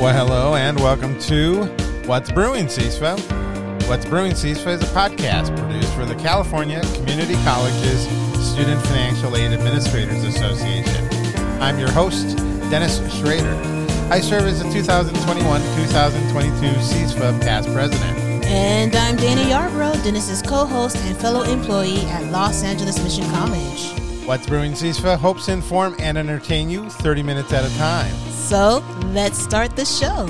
Well, hello and welcome to What's Brewing CISFA. What's Brewing CISFA is a podcast produced for the California Community Colleges Student Financial Aid Administrators Association. I'm your host, Dennis Schrader. I serve as the 2021-2022 CISFA past president. And I'm Dana Yarbrough, Dennis's co host and fellow employee at Los Angeles Mission College. What's Brewing CISFA hopes to inform and entertain you 30 minutes at a time. So let's start the show.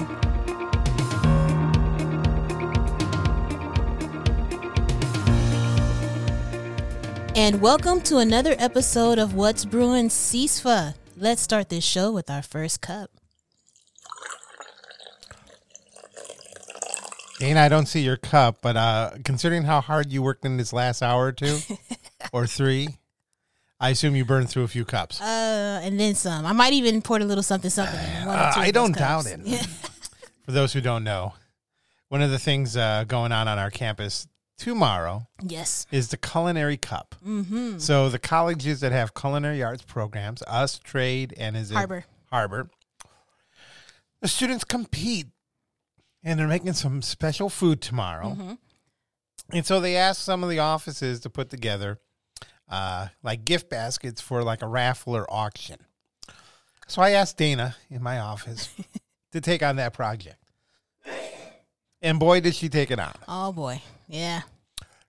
And welcome to another episode of What's Brewing CISFA. Let's start this show with our first cup. Dana, I don't see your cup, but uh, considering how hard you worked in this last hour or two or three, I assume you burned through a few cups. Uh, and then some. I might even pour a little something, something. in one or Uh, two of I those don't cups. doubt it. For those who don't know, one of the things uh, going on on our campus tomorrow Yes. is the Culinary Cup. Mm-hmm. So the colleges that have culinary arts programs, us, trade, and is it Harbor. Harbor, the students compete, and they're making some special food tomorrow. Mm-hmm. And so they asked some of the offices to put together uh, like gift baskets for like a raffle or auction. So I asked Dana in my office to take on that project. And boy, did she take it on. Oh, boy. Yeah.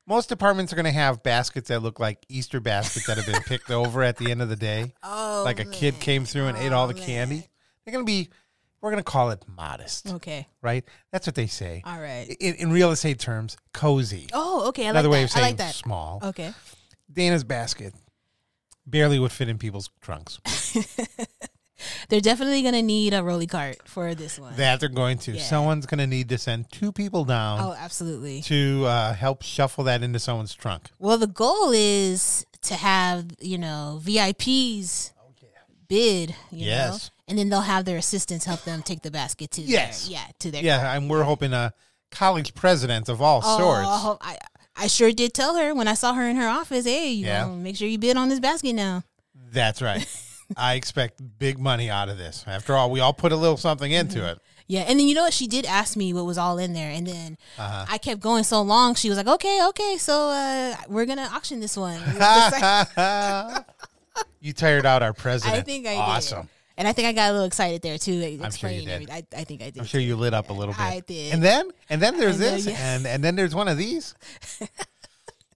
Most departments are going to have baskets that look like Easter baskets that have been picked over at the end of the day. Oh, like a kid came through and ate all the candy. They're going to be, we're going to call it modest, Okay. right? That's what they say. All right. In, in real estate terms, cozy. Oh, okay. I Another like way that. of saying I like that. Oh. small. Okay. Dana's basket barely would fit in people's trunks. They're definitely going to need a rolly cart for this one. that they're going to. Yeah. Someone's going to need to send two people down oh, absolutely. to uh, help shuffle that into someone's trunk. Well, the goal is to have, you know, VIPs bid, you know. Yes. And then they'll have their assistants help them take the basket to Yes. their, yeah, to their Yeah, and we're hoping uh, college presidents of all Oh, sorts. I hope- I, I sure did tell her when I saw her in her office, hey, you Yeah. know, make sure you bid on this basket now. That's right. I expect big money out of this. After all, we all put a little something into it. Yeah, and then you know what? She did ask me what was all in there, and then Uh-huh. I kept going so long. She was like, "Okay, okay, so uh, we're gonna auction this one." It was just like- you tired out our president. I think I awesome. did, and I think I got a little excited there too. Like, I'm sure you explaining did. everything. I, I think I did. I'm sure you lit up a little bit. I did. And then and then there's And then, this yeah. and and then there's one of these.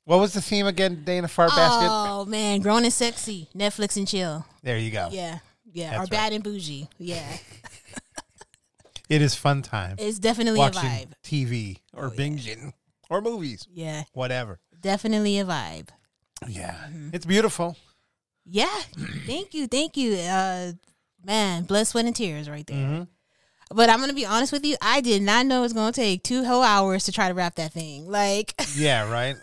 what was the theme again, Dana Fart Basket? Oh man, grown and sexy, Netflix and chill. There you go. Yeah, yeah, or That's bad and bougie. Yeah, It is fun time. it's definitely a vibe. watching TV Oh, or binging or movies, Yeah, whatever. definitely a vibe. Mm-hmm. Yeah. It's beautiful. Yeah. thank you. Thank you. Uh man, blood, sweat, and tears right there. Mm-hmm. But I'm gonna be honest with you, I did not know it was gonna take two whole hours to try to wrap that thing. Like Yeah, right?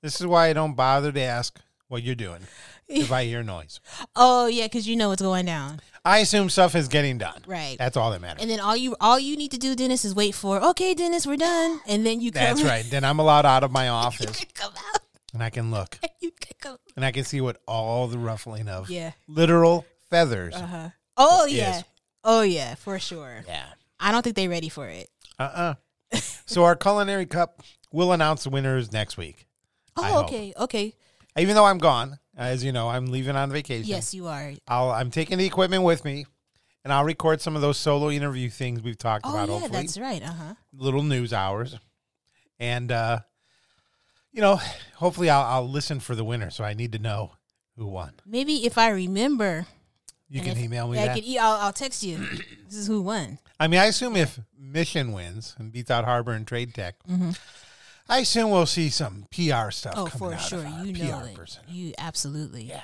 this is why I don't bother to ask what you're doing if I hear noise. oh yeah, because you know what's going down. I assume stuff is getting done. Right. That's all that matters. And then all you all you need to do, Dennis, is wait for okay, Dennis, we're done. And then you come That's right. Then I'm allowed out of my office you come out. and I can look You can come. and I can see what all the ruffling of Yeah. literal feathers. Oh yeah. Yes. Oh yeah, for sure. Yeah. I don't think they're ready for it. Uh-uh. so our culinary cup will announce the winners next week. I Oh, hope. okay, okay. Even though I'm gone, as you know, I'm leaving on vacation. Yes, you are. I'll I'm taking the equipment with me, and I'll record some of those solo interview things we've talked Oh about. yeah, hopefully, that's right. Uh huh. little news hours, and uh, you know, hopefully I'll, I'll listen for the winner. So I need to know who won. Maybe if I remember You And can if- email me yeah, that. I can, e- I'll, I'll text you. this is who won. I mean, I assume if Mission wins and beats out Harbor and Trade Tech, I assume we'll see some PR stuff. Mm-hmm. Oh, coming for out of sure. our You know PR it. person. You absolutely, Yeah.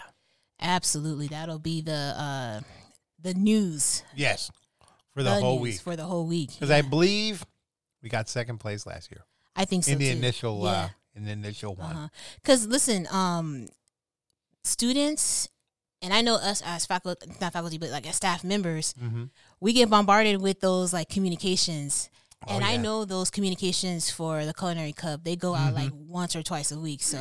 absolutely. That'll be the uh, the news Yes, for the, whole news week for the whole week. because I believe we got second place last year I think so in the too. initial Yeah. Uh-huh. uh, in the initial one. Because listen, um, students, and I know us as faculty, not faculty, but like as staff members, Mm-hmm. we get bombarded with those like communications. Oh, And I yeah. know those communications for the Culinary Cup, they go out like once or twice a week. So,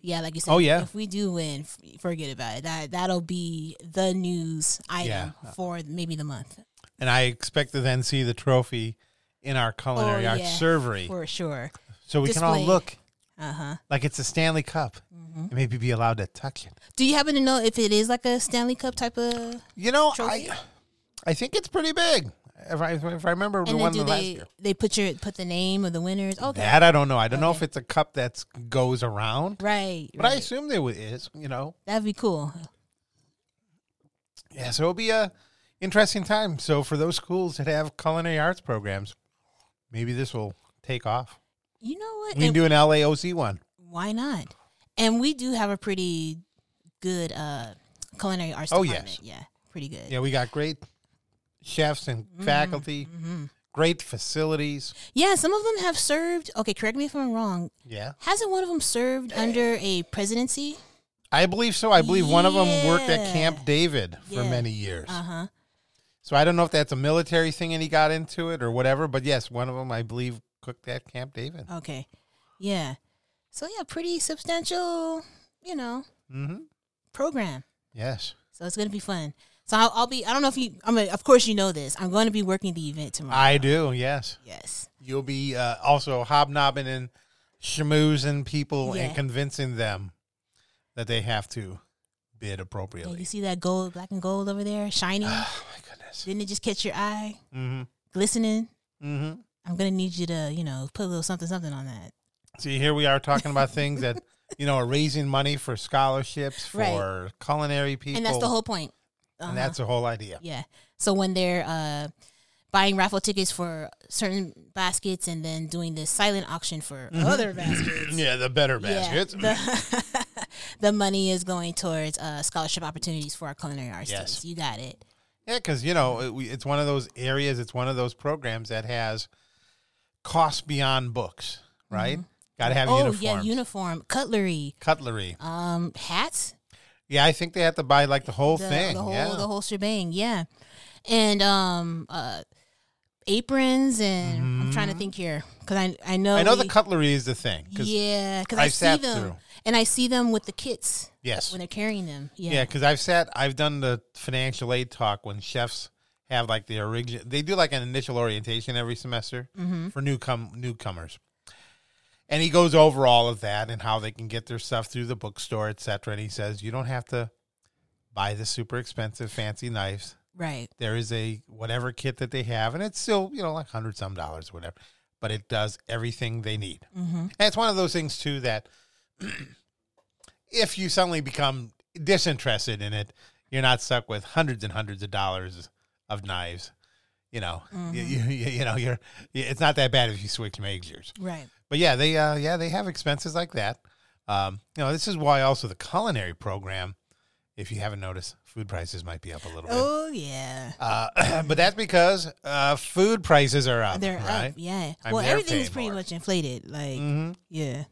yeah, like you said, Mm-hmm. Oh, yeah. if we do win, f- forget about it. That, that'll be the news item Yeah. for maybe the month. and I expect to then see the trophy in our culinary Oh, arts yeah. survey, for sure. so we can all display. Mm-hmm. look Uh huh. like it's a Stanley Cup and maybe be allowed to touch it. Do you happen to know if it is like a Stanley Cup type of? You know, Trophy? I I think it's pretty big. If I, if I remember the And then one do the last they year. they put your put the name of the winners? Okay, That I don't know. I don't know Okay. if it's a cup that goes around, right. but I right. assume there is. You know, That'd be cool. yeah. So it'll be a interesting time. So for those schools that have culinary arts programs, maybe this will take off. You know what? We can And do an LAOC one. why not? And we do have a pretty good uh culinary arts. Oh, department. yeah, pretty good. Yeah, we got great chefs and Mm-hmm. faculty, great facilities. Yeah, some of them have served. Okay, correct me if I'm wrong. Yeah, Hasn't one of them served under a presidency? I believe so. I believe one of them worked at Yeah. Camp David for Yeah. many years. Uh huh. So I don't know if that's a military thing and he got into it or whatever. But yes, one of them I believe cooked at Camp David. Okay. Yeah. So yeah, pretty substantial, you know, Mm-hmm. program. Yes. So it's gonna be fun. So I'll, I'll be. I don't know if you. I mean, of course you know this. I'm going to be working the event tomorrow. I do. Yes, yes. you'll be uh, also hobnobbing and schmoozing people Yeah. and convincing them that they have to bid Yeah, you appropriately. see that gold, black and gold over there, shining. Oh my goodness. Didn't it just catch your eye, Mm-hmm. glistening? Mm-hmm. I'm gonna need you to, you know, put a little something, something on that. See, here we are talking about things that you know are raising money for scholarships for Right. culinary people, And that's the whole point. Uh-huh. oh. and that's the whole idea. Yeah. So when they're uh, buying raffle tickets for certain baskets and then doing the silent auction for other baskets, Mm-hmm. Yeah, the better baskets. Yeah, the, the money is going towards uh, scholarship opportunities for our culinary arts Yes. students. You got it. Yeah, because you know it, we- it's one of those areas, it's one of those programs that has costs beyond books, right? Got to have Mm-hmm. oh uniforms, yeah, uniform, cutlery, cutlery. um, hats, Yeah, I think they have to buy like the whole the, thing. the whole yeah. the whole shebang. Yeah, and um, uh, aprons, and I'm trying to think here because I I know Mm-hmm. I know the we- cutlery is the thing. 'cause- yeah because I, I've see sat them through. and I see them with the kits Yes. when they're carrying them. Yeah. Yeah, because I've sat, I've done the financial aid talk when chefs have like the original. They do like an initial orientation every semester for newcom newcomers, and he goes over all of that and how they can get their stuff through the bookstore, etc. And he says you don't have to buy the super expensive fancy knives. Right. There is a whatever kit that they have, and it's still you know like hundred some dollars, whatever, but it does everything they need. Mm-hmm. And it's one of those things too that if you suddenly become disinterested in it, you're not stuck with hundreds and hundreds of dollars of knives. You know, Mm-hmm. you, you, you you know, you're you- it's not that bad if you switch majors. Right. But yeah, they uh, yeah they have expenses like that. Um, you know, this is why also the culinary program, if you haven't noticed, food prices might be up a little bit. Oh yeah. Uh, but that's because uh, food prices are up, They're right? up, yeah. I mean, well, they're everything's paying pretty more. much inflated. Like, Mhm. yeah,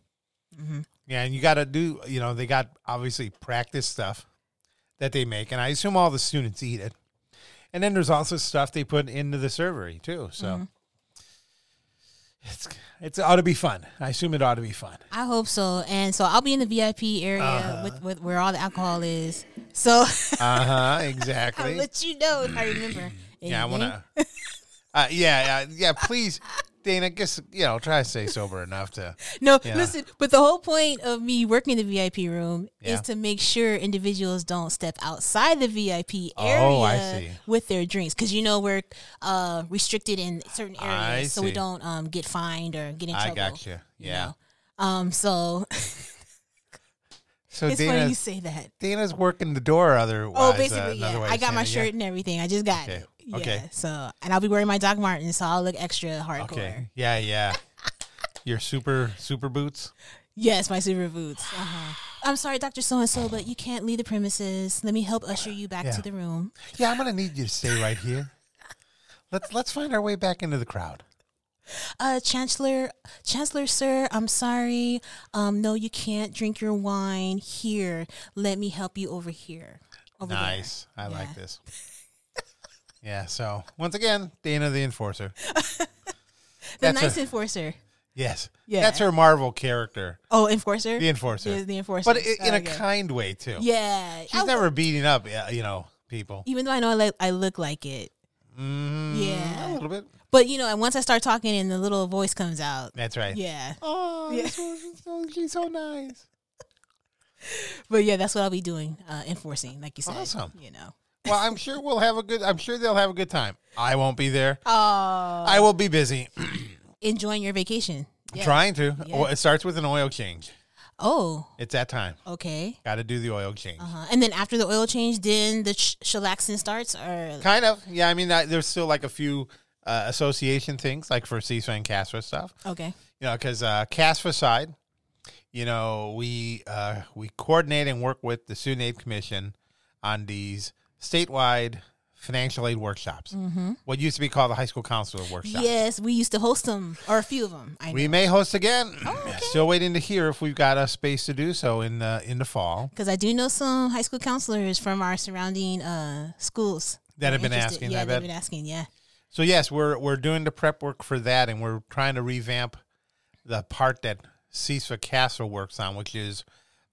Yeah, and you got to do, you know, they got obviously practice stuff that they make, and I assume all the students eat it. And then there's also stuff they put into the servery too. So Mm-hmm. it's it's ought to be fun. I assume it ought to be fun. I hope so. And so I'll be in the VIP area Uh-huh. with, with where all the alcohol is. So Uh huh. I'll Exactly. let you know if I remember. yeah, I anything. want to. Uh, yeah, yeah, yeah. Please, Dana, guess you know, try to stay sober enough to. No, Yeah. listen. But the whole point of me working the VIP room Yeah. is to make sure individuals don't step outside the VIP area Oh, I see. with their drinks, because you know we're uh, restricted in certain I areas, so we see. don't um, get fined or get in I trouble. gotcha. you Yeah. know? Um. So So it's funny you Dana's say that. Dana's working the door. uh, Other Oh, basically, yeah. I got my shirt and everything. I just got Okay. it. Yeah. Okay. So, and I'll be wearing my Doc Martens, so I'll look extra hardcore. Okay. Yeah, yeah. Your super super boots. Yes, my super boots. Uh-huh. I'm sorry, Doctor So and So, but you can't leave the premises. Let me help usher you back Yeah. to the room. Yeah, I'm gonna need you to stay right here. Let's let's find our way back into the crowd. Uh, Chancellor, Chancellor, sir, I'm sorry. Um, no, you can't drink your wine here. Let me help you over here. Over there. nice. I like Yeah. this. Yeah. So once again, Dana the enforcer. The That's nice a- enforcer. Yes. Yeah. That's her Marvel character, Oh, enforcer. the enforcer, Yeah, the enforcer. but i in a Okay. kind way too. Yeah. She's I- never beating up, uh, you know, people. even though I know I, like, I look like it, Mm, Yeah. a little bit. But you know, and once I start talking and the little voice comes out, That's right. yeah. Oh, Yeah. this one- this one- she's so nice. But yeah, that's what I'll be doing, uh, enforcing, like you said. Awesome. You know. Well, I'm sure we'll have a good. I'm sure they'll have a good time. I won't be there. Oh, I will be busy enjoying your vacation. Yeah. trying to. Yeah. Well, It starts with an oil change. Oh, It's that time. okay. Got to do the oil change. Uh-huh. And then after the oil change, then the sh- chillaxing starts. Or Kind of. Yeah. I mean, I, there's still like a few uh, association things, like for C-SPAN Casper stuff. okay, You know, because uh, CASFA side, you know, we uh, we coordinate and work with the Student Aid Commission on these statewide financial aid workshops. Mm-hmm. What used to be called the High School Council of Workshops. yes, we used to host them or a few of them. I We may host again. Oh, okay. Still waiting to hear if we've got a space to do so in the in the fall because I do know some high school counselors from our surrounding uh, schools that have been Interested- asking. Yeah, I they've bet. been asking. Yeah. So yes, we're we're doing the prep work for that, and we're trying to revamp the part that CISA Castle works on, which is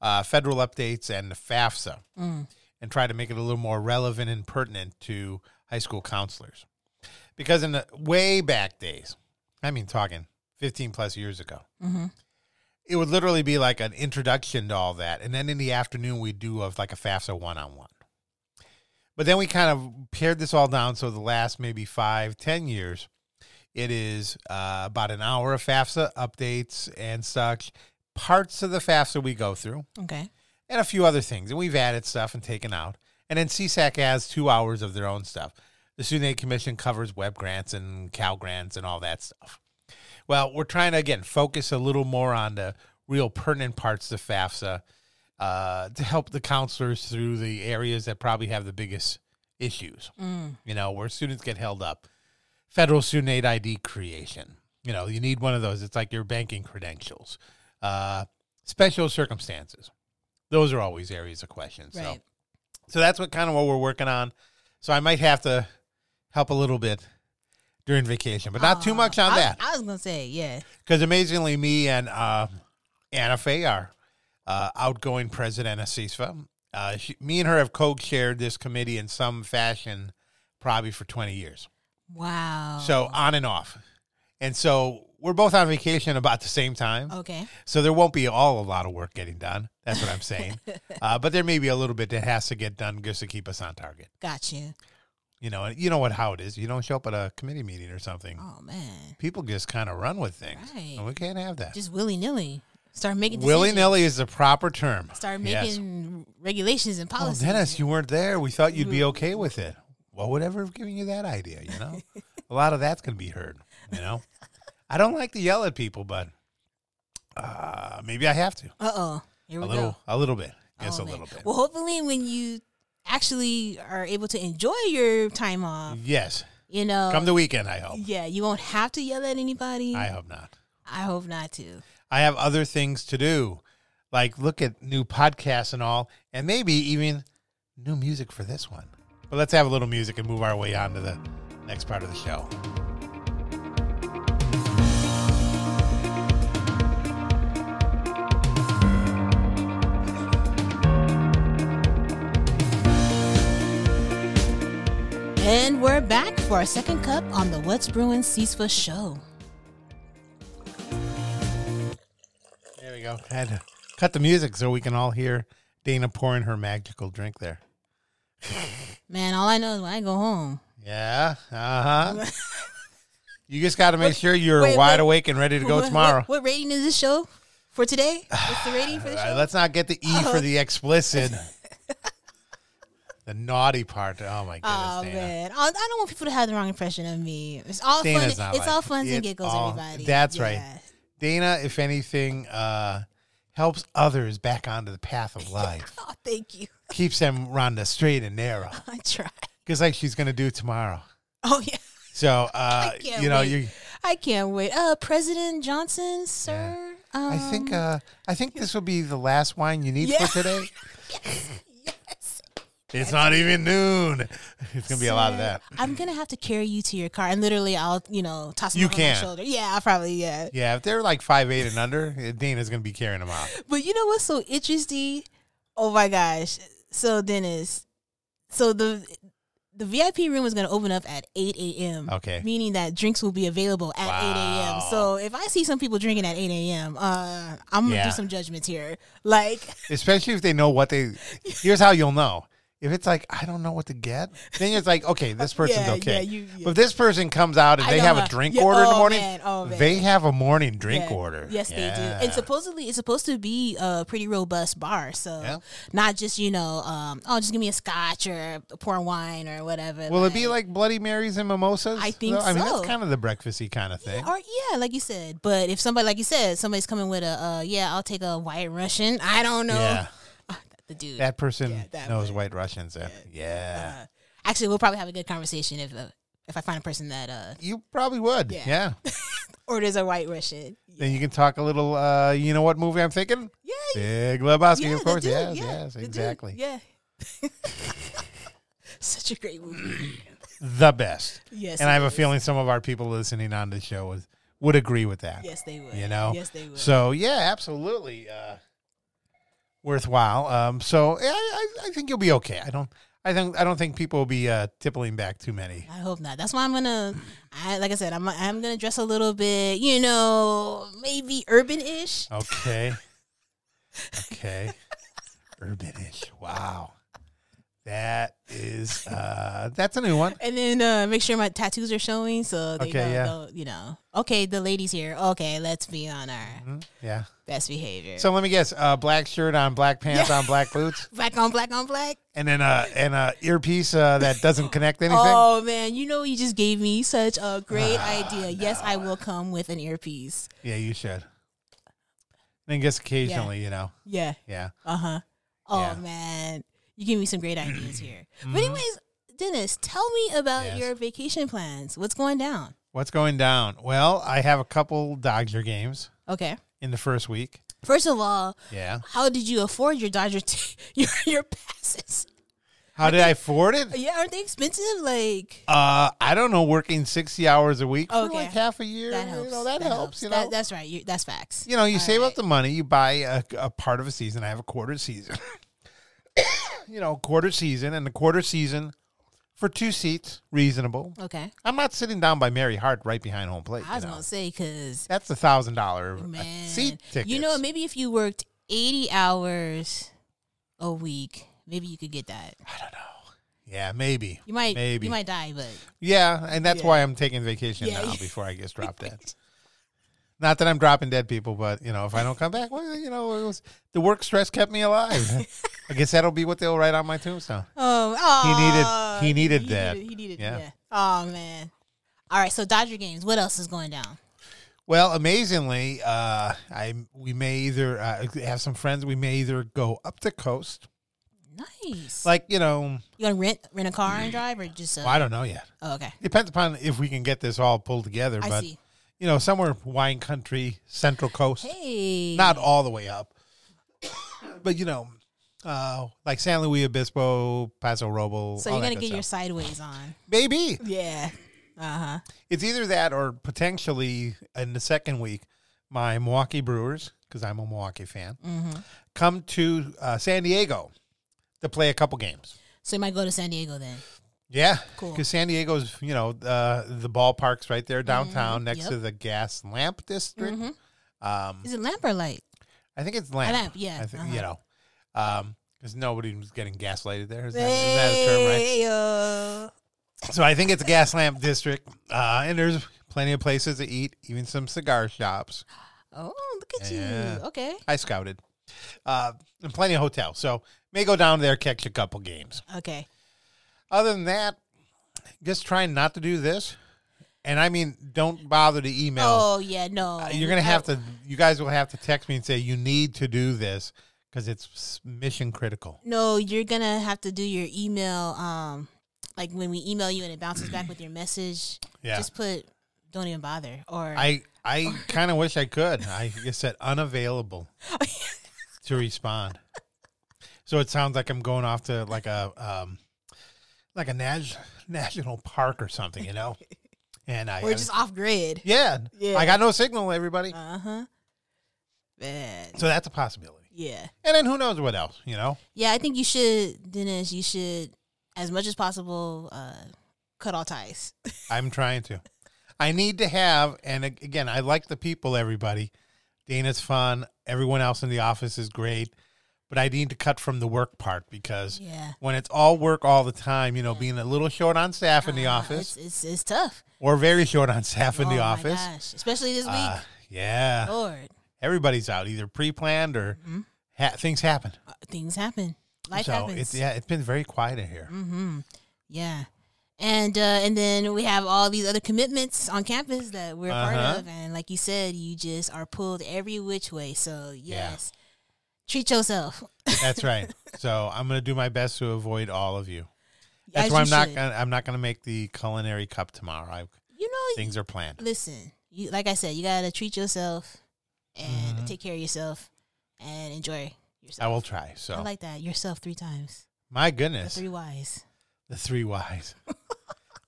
uh, federal updates and the FAFSA, Mm. and try to make it a little more relevant and pertinent to high school counselors. Because in the way back days, I mean, talking fifteen plus years ago, Mm-hmm. it would literally be like an introduction to all that, and then in the afternoon we would do of like a FAFSA one on one. But then we kind of pared this all down. So the last maybe five, ten years, it is uh, about an hour of FAFSA updates and such. Parts of the FAFSA we go through, Okay. and a few other things, and we've added stuff and taken out. And then CSAC adds two hours of their own stuff. The Student Aid Commission covers web grants and Cal grants and all that stuff. Well, we're trying to again focus a little more on the real pertinent parts of FAFSA uh, to help the counselors through the areas that probably have the biggest issues. Mm, You know, where students get held up. Federal student aid ID creation. You know, you need one of those. It's like your banking credentials. Uh, special circumstances. Those are always areas of question. So. Right. So that's what kind of what we're working on. So I might have to help a little bit during vacation, but not too much on Ah, Uh, I, that. I was gonna say yeah. Because amazingly, me and uh, Anna Faye, our uh, outgoing president of CISFA, uh, she, me and her have co-chaired this committee in some fashion, probably for twenty years. Wow. So on and off, and so we're both on vacation about the same time. okay. So there won't be all a lot of work getting done. That's what I'm saying. uh, but there may be a little bit that has to get done just to keep us on target. Got you. You know, and you know what how it is. You don't show up at a committee meeting or something. Oh man. People just kind of run with things. Right. And we can't have that. Just willy nilly. Start making decisions. Willy nilly is the proper term. Start Yes. making regulations and Oh, policies. Dennis, you weren't there. We thought you'd Mm-hmm. be okay with it. Well, whatever have given you that idea, you know? a lot of that's going to be heard, you know? I don't like to yell at people, but uh, maybe I have to. Uh oh. Here A we little, go. a little bit. Yes, Oh, a man. little bit. Well, hopefully, when you actually are able to enjoy your time off, yes. you know, Mm. Come the weekend, I hope. yeah, you won't have to yell at anybody. I I, hope not. hope not to. I have other things to do, like look at new podcasts and all, and maybe even new music for this one. But let's have a little music and move our way on to the next part of the show. And we're back for our second cup on the What's Brewing CISFA show. There we go. I had to cut the music so we can all hear Dana pouring her magical drink there. Man, all I know is when I go home, Yeah. Uh huh. you just got to make sure you're wait, wide wait. awake and ready to go What- what- tomorrow. What, rating is this show for today? What's the rating for the All right, show? let's not get the E for Oh. the explicit. the naughty part. Oh my goodness, Oh Dana. man, I I don't want people to have the wrong impression of me. It's all fun. Dana's It's not like- all funs and it's giggles, all- everybody. that's Yeah. right. Dana, if anything, uh, helps others back onto the path of life. Oh, thank you. Keeps them on the straight and narrow. I try. Just like she's gonna do tomorrow. Oh yeah. So uh, I can't you know, wait. you I can't wait. Uh, President Johnson, sir. Um, I think uh, I think this will be the last wine you need Yeah. for today. yes. It's not even noon. It's gonna be a lot of sir. that. I'm gonna have to carry you to your car, and literally, I'll you know toss him You over can. my shoulder. Yeah, I'll probably yeah. Yeah, if they're like five eight and under, eh, Dana's gonna be carrying them out. But you know what's so interesting? Oh my gosh. So Dennis, so the the VIP room is going to open up at 8 a.m. Okay. Meaning that drinks will be available at 8 a.m. Wow. So if I see some people drinking at 8 a.m., uh, I'm going to Yeah. do some judgments here. Like, especially if they know what they. Here's how you'll know. If it's like I don't know what to get, then it's like okay, this person's Yeah, okay. yeah, you- yeah. But if this person comes out and I they know have how- a drink yeah, order in the oh, morning, man, oh, man. they have a morning drink Yeah. order. Yes, Yeah. they do. And supposedly it's supposed to be a pretty robust bar, so Yeah. not just you know, um, oh, just give me a scotch or pour wine or whatever. Will it be like Bloody Marys and mimosas? I think though? I mean, so. that's kind of the breakfasty kind of thing. Or yeah, like you said. But if somebody, like you said, somebody's coming with a, uh, yeah, I'll take a white Russian. I don't know. Yeah. The dude. That person that knows White Russians. Then. Yeah. Uh, actually, we'll probably have a good conversation if uh, if I find a person that uh, you probably would. Yeah. Yeah. orders a white Russian. Then you can talk a little, uh, you know what movie I'm thinking? Yeah, Big Lebowski, yeah, of the course. dude, yes, yeah, yes, the dude, exactly. Yeah. Such a great movie. The best. Yes, and I it have a is. feeling some of our people listening on the show would, would agree with that. Yes, they would. You know? Yes, they would. So, yeah, absolutely uh, worthwhile. Um, so, yeah, I, I, I think you'll be okay. I don't. I think I don't think people will be uh, tippling back too many. I hope not. That's why I'm gonna, I, like I said, I'm I'm gonna dress a little bit, you know, maybe urban-ish. Okay. Okay. Urbanish. Wow. That is uh that's a new one. and then uh, make sure my tattoos are showing so they Okay, know, yeah. know- you know okay the ladies here okay let's be on our Yeah. best behavior Mm-hmm. So let me guess, uh black shirt on black pants on black boots black on black on black and then uh and uh earpiece uh that doesn't connect anything. oh man you know you just gave me such a great Ah, idea yes i will come with an earpiece Yeah, you should. And I guess occasionally, you know. yeah Yeah. uh-huh oh Yeah. Mm-hmm. man you give me some great ideas here but anyways dennis tell me about Yes. your vacation plans what's going down What's going down? Well, I have a couple Dodger games okay in the first week. first of all Yeah. how did you afford your dodger t- your, your passes How did I afford it? Yeah, aren't they expensive? Like Uh, I don't know. Working sixty hours a week for Oh, Okay. like half a year, that you helps. know, that, helps. You know, That- that's right. You, that's facts. you know, you save up the money. You buy a, a part of a season. I have a quarter season. you know, quarter season and the quarter season for two seats, reasonable. Okay. I'm not sitting down by Mary Hart right behind home plate. I was you know. gonna say because That's a thousand dollar uh, man, seat ticket. you know, maybe if you worked eighty hours a week, maybe you could get that. yeah, maybe You might. maybe You might die, but Yeah, and that's Yeah. why I'm taking vacation Yeah. now before I get dropped dead. Not that I'm dropping dead people, but you know, if I don't come back, well, you know, it was the work stress kept me alive. I guess that'll be what they'll write on my tombstone. oh, He needed- he needed that. He needed. Yeah. yeah. Oh man. All right. So Dodger games. What else is going down? Well, amazingly, uh, I we may either uh, have some friends. We may either go up the coast, Nice. like you know, you gonna rent rent a car and drive, or just? Uh, well, I don't know yet. oh, okay. Depends upon if we can get this all pulled together. I but see. you know, somewhere wine country, central coast. Hey. not all the way up, but you know, uh, like San Luis Obispo, Paso Roble. So all you're that gonna good get your stuff. sideways on. maybe Yeah. Uh huh. it's either that or potentially in the second week, my Milwaukee Brewers, because I'm a Milwaukee fan, Mm-hmm. come to uh, San Diego to play a couple games. So you might go to San Diego then. Yeah, Cool. Because San Diego's, you know, uh, the ballpark's right there downtown, next Mm-hmm. Yep. Mm-hmm. to the gas lamp district. Um, Is it lamp or light? I think it's lamp. lamp, yeah, I think uh-huh. you know, because nobody was getting gaslighted there. Is that, is that a term, right? So I think it's gas lamp district, uh, and there's plenty of places to eat, even some cigar shops. Oh, look at Yeah. you. Okay. I scouted, uh, and plenty of hotels. So may go down there catch a couple games. Okay. Other than that, just trying not to do this, and I mean, don't bother to email. Oh yeah, no. Uh, You're gonna have to. You guys will have to text me and say you need to do this because it's mission critical. No, you're gonna have to do your email. Um, like when we email you and it bounces back with your message. Yeah. Just put, don't even bother. Or I I kind of wish I could. I just said unavailable to respond. So it sounds like I'm going off to like a um like a nas- national park or something, you know. And I we're just off grid. yeah, Yeah. I got no signal, everybody. Uh huh. Bad. So that's a possibility. Yeah. And then who knows what else, you know? Yeah, I think you should, Dennis. You should as much as possible, uh, cut all ties. I'm trying to. I need to have, and ag- again, I like the people, everybody. Dana's fun. Everyone else in the office is great. But I need to cut from the work part because Yeah. when it's all work all the time, you know, being a little short on staff in the Uh, office it's, it's, it's tough. or very short on staff in Oh the my Oh. office. gosh. especially this week. Uh, yeah. Lord, Everybody's out, either pre planned or ha- things happen. uh, things happen. Mm-hmm. Life so happens. It's, yeah, it's been very quiet in here. Mm-hmm. Yeah. And uh, and then we have all these other commitments on campus that we're a part Uh-huh. of, and like you said, you just are pulled every which way. So Yeah. yes, treat yourself. That's right. So I'm going to do my best to avoid all of you. That's as why you I'm not should. gonna, I'm not going to make the culinary cup tomorrow. I, You know, things are planned. listen. You like I said, you gotta treat yourself and Mm-hmm. take care of yourself and enjoy I yourself. will try. So I like that yourself three times. my The goodness, three whys. the three Y's.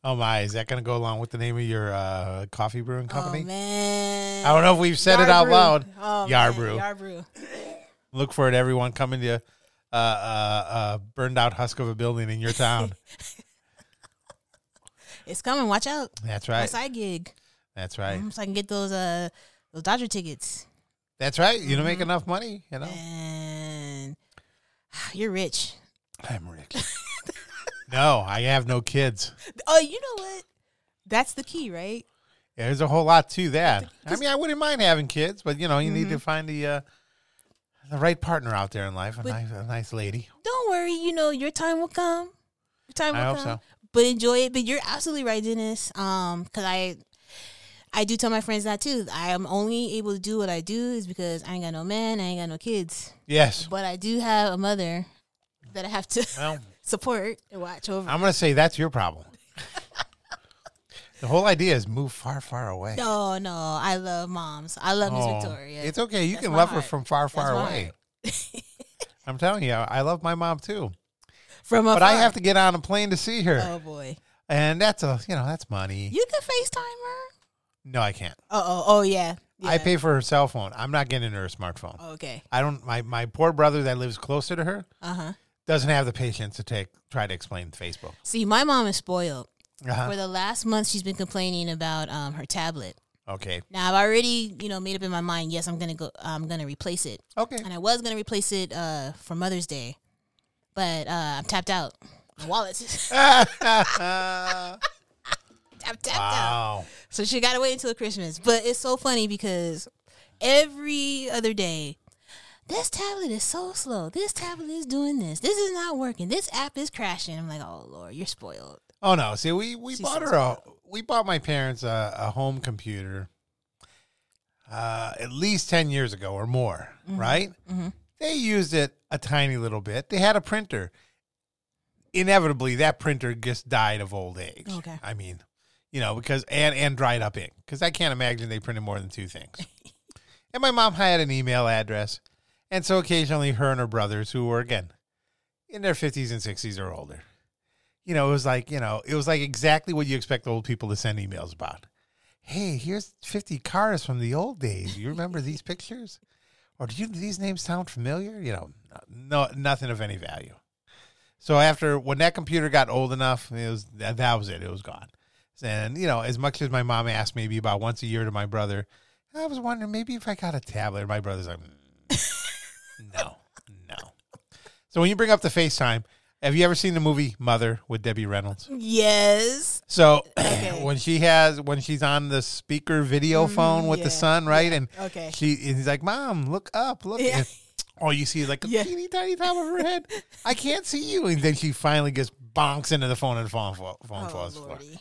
oh my, is that going to go along with the name of your uh, coffee brewing Oh company? man, I don't know if we've said it Yard out brew. loud. Oh, Yard man, brew. Yard brew. Look for it, everyone. Coming to uh, uh, uh, burned out husk of a building in your town. It's coming. Watch out. That's My right. side gig. That's right. Mhm, so I can get those uh those Dodger tickets. That's right. You Mm-hmm. don't make enough money. You know, And you're rich. I'm rich. no, I have no kids. Oh, you know what? That's the key, right? Yeah, there's a whole lot to that. I mean, I wouldn't mind having kids, but you know, you Mm-hmm. need to find the uh, the right partner out there in life, a, But- nice, a nice lady. Don't worry, you know your time will come. Your time will I hope so. come. But enjoy it. But you're absolutely right, Dennis. Um, because I I do tell my friends that too. I am only able to do what I do is because I ain't got no man, I ain't got no kids. Yes. But I do have a mother that I have to Well, support and watch over. I'm gonna say that's your problem. the whole idea is move far, far away. no, no, I love moms. I love Oh, Miss Victoria. It's okay. You That's can my love her heart. from far, far my away. I'm telling you, I love my mom too, From but I have to get on a plane to see her, Oh boy, and that's a you know that's money. you can FaceTime her. no, I can't. Oh oh oh yeah. yeah. I pay for her cell phone. I'm not getting her a smartphone. Okay. I don't. My my poor brother that lives closer to her Uh huh. doesn't have the patience to take try to explain Facebook. See, my mom is spoiled. Uh-huh. For the last month, she's been complaining about um her tablet. Okay. Now I've already you know made up in my mind. Yes, I'm gonna go. I'm gonna replace it, Okay. and I was gonna replace it uh for Mother's Day, but uh, I'm tapped out. My wallet's wow. I'm tapped out. So she got to wait until Christmas. But it's so funny because every other day, this tablet is so slow. This tablet is doing this. This is not working. This app is crashing. I'm like, oh lord, you're spoiled. Oh no. See, we we bought sounds her a we bought my parents a, a home computer. Uh, at least ten years ago or more, right? They used it a tiny little bit. They had a printer. Inevitably, that printer just died of old age. Okay. I mean, you know, because and and dried up ink because I can't imagine they printed more than two things. and my mom had an email address, and so occasionally her and her brothers, who were again in their fifties and sixties or older, you know, it was like you know, it was like exactly what you expect old people to send emails about. Hey, here's fifty cars from the old days. You remember these pictures? Or do you do these names sound familiar? You know, no, nothing of any value. So after when that computer got old enough, it was that, that was it. It was gone. And you know, as much as my mom asked maybe about once a year to my brother, I was wondering maybe if I got a tablet. My brother's like, "Mm, no, no. So when you bring up the FaceTime, have you ever seen the movie Mother with Debbie Reynolds? Yes. So Okay. Mm-hmm. when she has when she's on the speaker video phone with the yeah, son, right? And Okay. she and he's like, Mom, look up, look. Yeah. And all you see is like a Yeah. teeny tiny top of her head. I can't see you. And then she finally gets bonks into the phone and the phone, fall, phone Oh falls to the floor. lordy.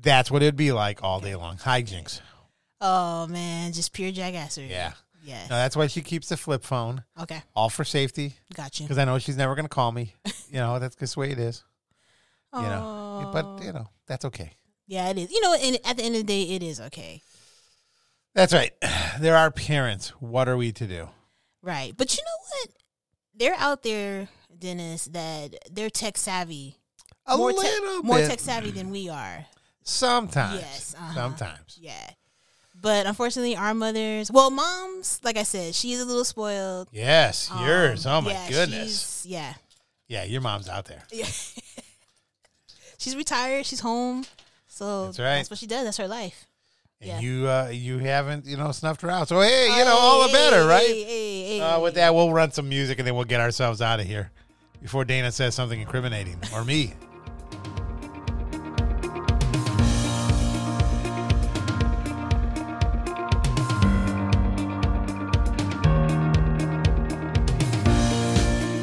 That's what it'd be like all day long. Hijinks. Oh man, just pure jackassery. Yeah. Uh, Yes. No, that's why she keeps the flip phone, Okay. all for safety, Got you. because I know she's never going to call me. You know, that's just the way it is. You know, but Oh. you know, that's okay. yeah, it is. You know, and at the end of the day, it is okay. That's right. There are parents. What are we to do? Right. But you know what? They're out there, Dennis, that they're tech savvy. A more tech- little more bit. tech savvy than we are. Sometimes. Yes, uh-huh. Sometimes. Yeah. But unfortunately, our mothers, well, moms, like I said, she's a little spoiled. Yes, yours. Um, Oh my yeah, goodness. she's- Yeah. Yeah, your mom's out there. Yeah. she's retired. She's home. So That's right. what she does. That's her life. And Yeah. you uh, you haven't you know snuffed her out. So hey, you know all the better, Oh, Hey, right? hey, hey, Uh, with that, we'll run some music and then we'll get ourselves out of here before Dana says something incriminating or me.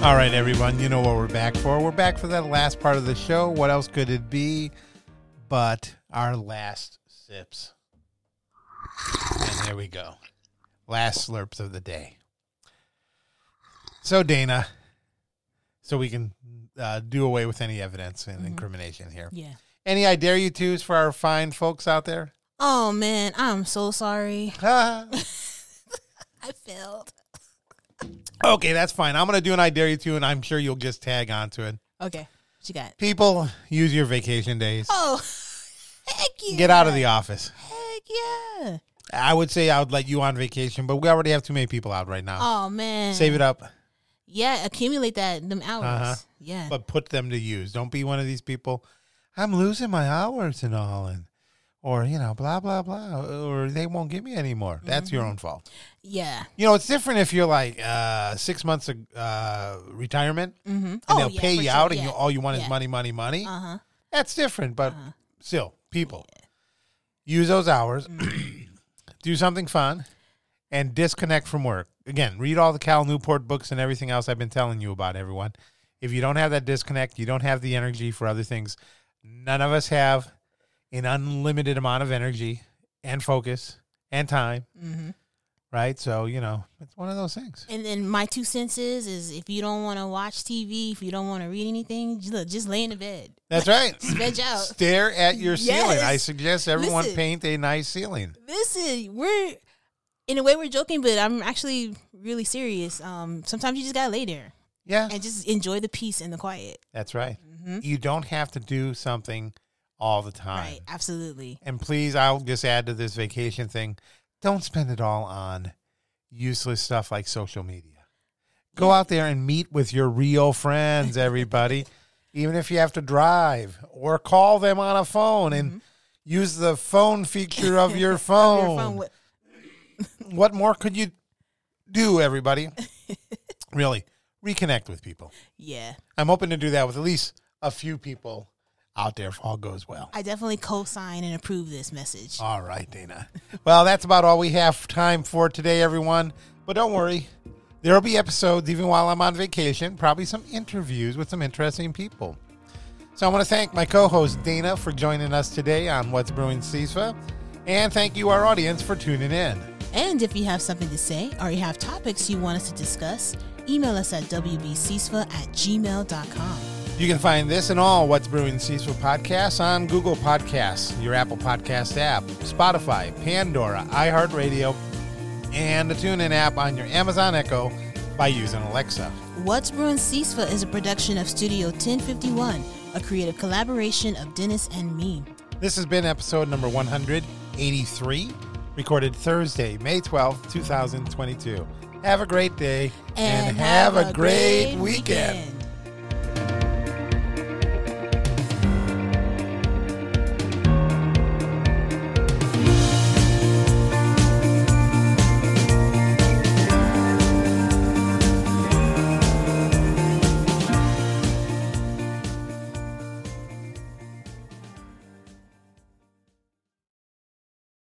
All right, everyone, you know what we're back for. We're back for that last part of the show. What else could it be but our last sips? And there we go. Last slurps of the day. So, Dana, so we can uh, do away with any evidence Mm-hmm. and incrimination here. Yeah. Any I dare you twos for our fine folks out there? Oh man, I'm so sorry. okay, I failed. that's fine. I'm going to do an I dare you two, and I'm sure you'll just tag onto it. Okay, what you got? People, use your vacation days. Oh, heck yeah! Get out of the office. Heck yeah! I would say I would let you on vacation, but we already have too many people out right now. Oh man, Save it up, Yeah, accumulate that them hours. Uh-huh. Yeah. but put them to use. Don't be one of these people. I'm losing my hours and all, and or you know, blah blah blah, or they won't give me anymore. That's Mm-hmm. your own fault. yeah. You know, it's different if you're like uh, six months of uh, retirement, Mm-hmm. and they'll pay you out, and you, all you want Yeah. is money, money, money. Uh huh. That's different, but Uh-huh. still, people use those hours, Mm. do something fun, and disconnect from work. Again, read all the Cal Newport books and everything else I've been telling you about, everyone. If you don't have that disconnect, you don't have the energy for other things. None of us have an unlimited amount of energy and focus and time, Mm-hmm. right? So, you know, it's one of those things. And then my two senses is if you don't want to watch TV, if you don't want to read anything, just, look, just lay in the bed, That's right. veg out. Stare at your ceiling. I Yes. suggest everyone Listen. paint a nice ceiling. Listen, we're in a way we're joking, but I'm actually really serious. Um, sometimes you just gotta lay there Yeah. and just enjoy the peace and the quiet. That's right. You don't have to do something all the time. Right? Absolutely. And please, I'll just add to this vacation thing don't spend it all on useless stuff like social media. Go out there and meet with your real friends, everybody, even if you have to drive or call them on a phone and use the phone feature Mm-hmm. of your phone. Your phone with- what more could you do, everybody? really, reconnect with people. yeah, I'm hoping to do that with at least a few people out there if all goes well. I definitely co-sign and approve this message. All right, Dana. Well, that's about all we have time for today, everyone. But don't worry, there will be episodes even while I'm on vacation, probably some interviews with some interesting people. So I want to thank my co host, Dana, for joining us today on What's Brewing CISFA. And thank you, our audience, for tuning in. And if you have something to say or you have topics you want us to discuss, email us at wbcsfa at gmail.com. You can find this and all What's Brewing Cecil podcasts on Google Podcasts, your Apple Podcast app, Spotify, Pandora, iHeartRadio, and the TuneIn app on your Amazon Echo by using Alexa. What's Brewing CISFA is a production of Studio 1051, a creative collaboration of Dennis and me. This has been episode number 183, recorded Thursday, May twelfth, two 2022. Have a great day and, have, a great, weekend.